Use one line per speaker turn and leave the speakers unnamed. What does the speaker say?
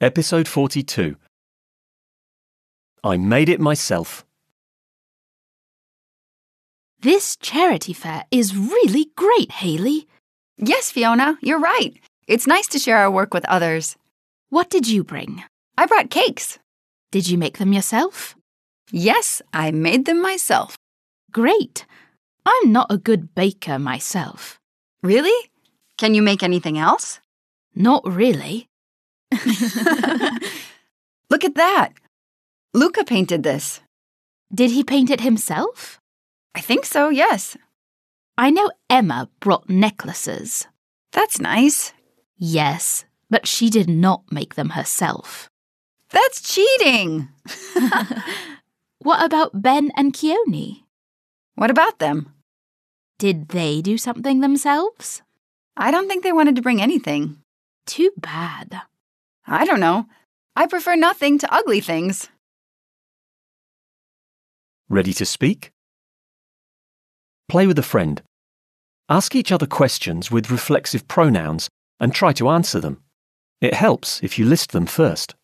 Episode 42 I Made It Myself.
This charity fair is really great, Haley.
Yes, Fiona, you're right. It's nice to share our work with others.
What did you bring?
I brought cakes.
Did you make them yourself?
Yes, I made them myself.
Great. I'm not a good baker myself.
Really? Can you make anything else?
Not really.
Look at that. Luca painted this.
Did he paint it himself?
I think so, yes.
I know Emma brought necklaces.
That's nice.
Yes, but she did not make them herself.
That's cheating.
What about Ben and Keone?
What about them?
Did they do something themselves?
I don't think they wanted to bring anything.
Too bad.
I don't know. I prefer nothing to ugly things.
Ready to speak? Play with a friend. Ask each other questions with reflexive pronouns and try to answer them. It helps if you list them first.